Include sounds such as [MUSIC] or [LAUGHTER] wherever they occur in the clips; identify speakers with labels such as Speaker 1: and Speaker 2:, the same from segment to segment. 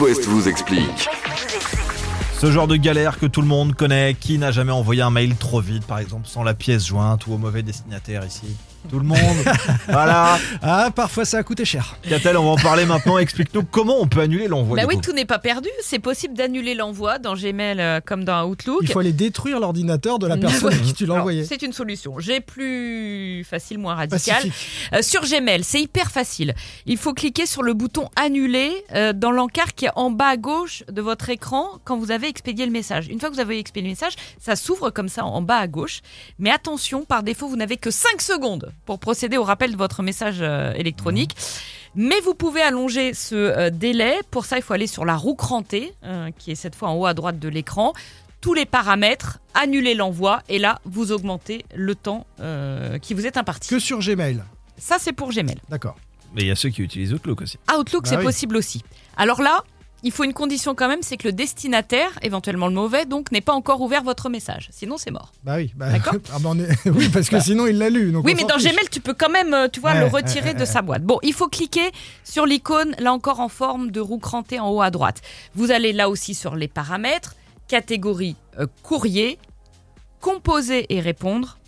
Speaker 1: West vous explique.
Speaker 2: Ce genre de galère que tout le monde connaît, qui n'a jamais envoyé un mail trop vite, par exemple, sans la pièce jointe ou au mauvais destinataire ici Tout le monde [LAUGHS] Voilà
Speaker 3: Ah, parfois ça a coûté cher.
Speaker 2: Catel, on va en parler maintenant. Explique-nous comment on peut annuler l'envoi.
Speaker 4: Bah
Speaker 2: du
Speaker 4: oui,
Speaker 2: coup.
Speaker 4: tout n'est pas perdu. C'est possible d'annuler l'envoi dans Gmail euh, comme dans Outlook.
Speaker 3: Il faut aller détruire l'ordinateur de la
Speaker 4: [LAUGHS]
Speaker 3: personne à qui tu l'as
Speaker 4: Mm. Alors,
Speaker 3: envoyé.
Speaker 4: C'est une solution. J'ai plus facile, moins radical.
Speaker 3: Pacifique.
Speaker 4: Euh, sur Gmail, c'est hyper facile. Il faut cliquer sur le bouton annuler euh, dans l'encart qui est en bas à gauche de votre écran quand vous avez expédié le message. Une fois que vous avez expédié le message, ça s'ouvre comme ça en bas à gauche. Mais attention, par défaut, vous n'avez que 5 secondes pour procéder au rappel de votre message euh, électronique. Mais vous pouvez allonger ce euh, délai. Pour ça, il faut aller sur la roue crantée, euh, qui est cette fois en haut à droite de l'écran. Tous les paramètres, annuler l'envoi, et là, vous augmentez le temps euh, qui vous est imparti.
Speaker 3: Que sur Gmail.
Speaker 4: Ça, c'est pour Gmail.
Speaker 3: D'accord.
Speaker 2: Mais il y a ceux qui utilisent Outlook aussi.
Speaker 4: Outlook,
Speaker 3: Bah
Speaker 4: c'est
Speaker 3: oui.
Speaker 4: possible aussi. Alors là, il faut une condition quand même, c'est que le destinataire, éventuellement le mauvais, donc n'ait pas encore ouvert votre message. Sinon, c'est mort.
Speaker 3: Bah oui. bah-
Speaker 4: D'accord.
Speaker 3: [LAUGHS] Ah bah on est- Oui, parce que sinon il l'a lu. donc
Speaker 4: oui,
Speaker 3: on
Speaker 4: mais
Speaker 3: s'en
Speaker 4: dans
Speaker 3: fiche.
Speaker 4: Gmail, tu peux quand même, euh, tu vois,
Speaker 3: Ouais,
Speaker 4: le
Speaker 3: ouais,
Speaker 4: retirer
Speaker 3: ouais,
Speaker 4: de
Speaker 3: ouais.
Speaker 4: sa boîte. Bon, il faut cliquer sur l'icône, là encore en forme de roue crantée en haut à droite. Vous allez là aussi sur les paramètres, catégorie euh, courrier, composer et répondre,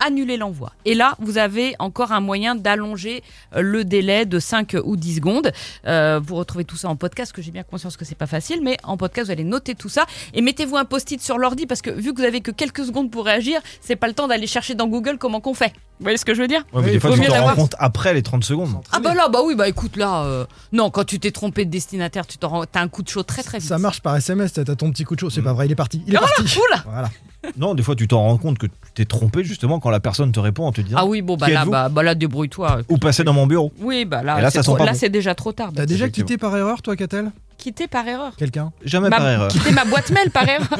Speaker 4: annuler l'envoi. Et là, vous avez encore un moyen d'allonger euh, le délai de 5 ou 10 secondes. Euh, vous retrouvez tout ça en podcast, que j'ai bien conscience que c'est pas facile, mais en podcast, vous allez noter tout ça et mettez-vous un post-it sur l'ordi parce que vu que vous avez que quelques secondes pour réagir, c'est pas le temps d'aller chercher dans Google comment qu'on fait. Vous voyez ce que je veux dire
Speaker 2: Ouais, mais
Speaker 3: Oui,
Speaker 2: des
Speaker 3: il
Speaker 2: fois,
Speaker 4: faut
Speaker 2: tu
Speaker 4: mieux
Speaker 2: te rends
Speaker 4: l'avoir.
Speaker 2: compte après les 30 secondes.
Speaker 4: ah bah là, bah oui, bah écoute là, euh, non, quand tu t'es trompé de destinataire, tu t'en rends- t'as un coup de chaud très très vite. Oh
Speaker 3: Ça marche par SMS, t'as t'as ton petit coup de chaud. C'est
Speaker 2: Mm.
Speaker 3: pas vrai, il est parti. Il est parti.
Speaker 4: Oula
Speaker 3: Voilà.
Speaker 2: Non, des fois, tu t'en rends compte que tu t'es trompé justement quand la personne te répond en te disant
Speaker 4: Ah oui, bon bah
Speaker 2: Qui
Speaker 4: là,
Speaker 2: êtes-vous
Speaker 4: bah, bah là, débrouille-toi.
Speaker 2: Ou passer dans mon bureau.
Speaker 4: Oui, bah là,
Speaker 2: Et là,
Speaker 4: c'est
Speaker 2: ça sent
Speaker 4: trop-
Speaker 2: pas
Speaker 4: là,
Speaker 2: bon.
Speaker 4: c'est déjà trop tard.
Speaker 3: T'as déjà
Speaker 2: Effectivement.
Speaker 3: quitté par erreur, toi, Catel
Speaker 4: Quitter par erreur.
Speaker 3: Quelqu'un
Speaker 4: [LAUGHS]
Speaker 2: Jamais
Speaker 4: Ma-
Speaker 2: par erreur.
Speaker 4: Quitter ma boîte mail par erreur.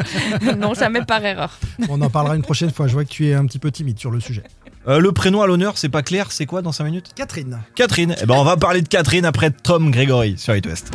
Speaker 4: [LAUGHS] non, jamais par erreur.
Speaker 3: On en parlera une prochaine fois. Je vois que tu es un petit peu timide sur le sujet.
Speaker 2: Euh, le prénom à l'honneur, c'est pas clair, c'est quoi dans 5 minutes
Speaker 3: Catherine.
Speaker 2: Catherine. Eh ben, on va parler de Catherine après Tom Gregory sur It West.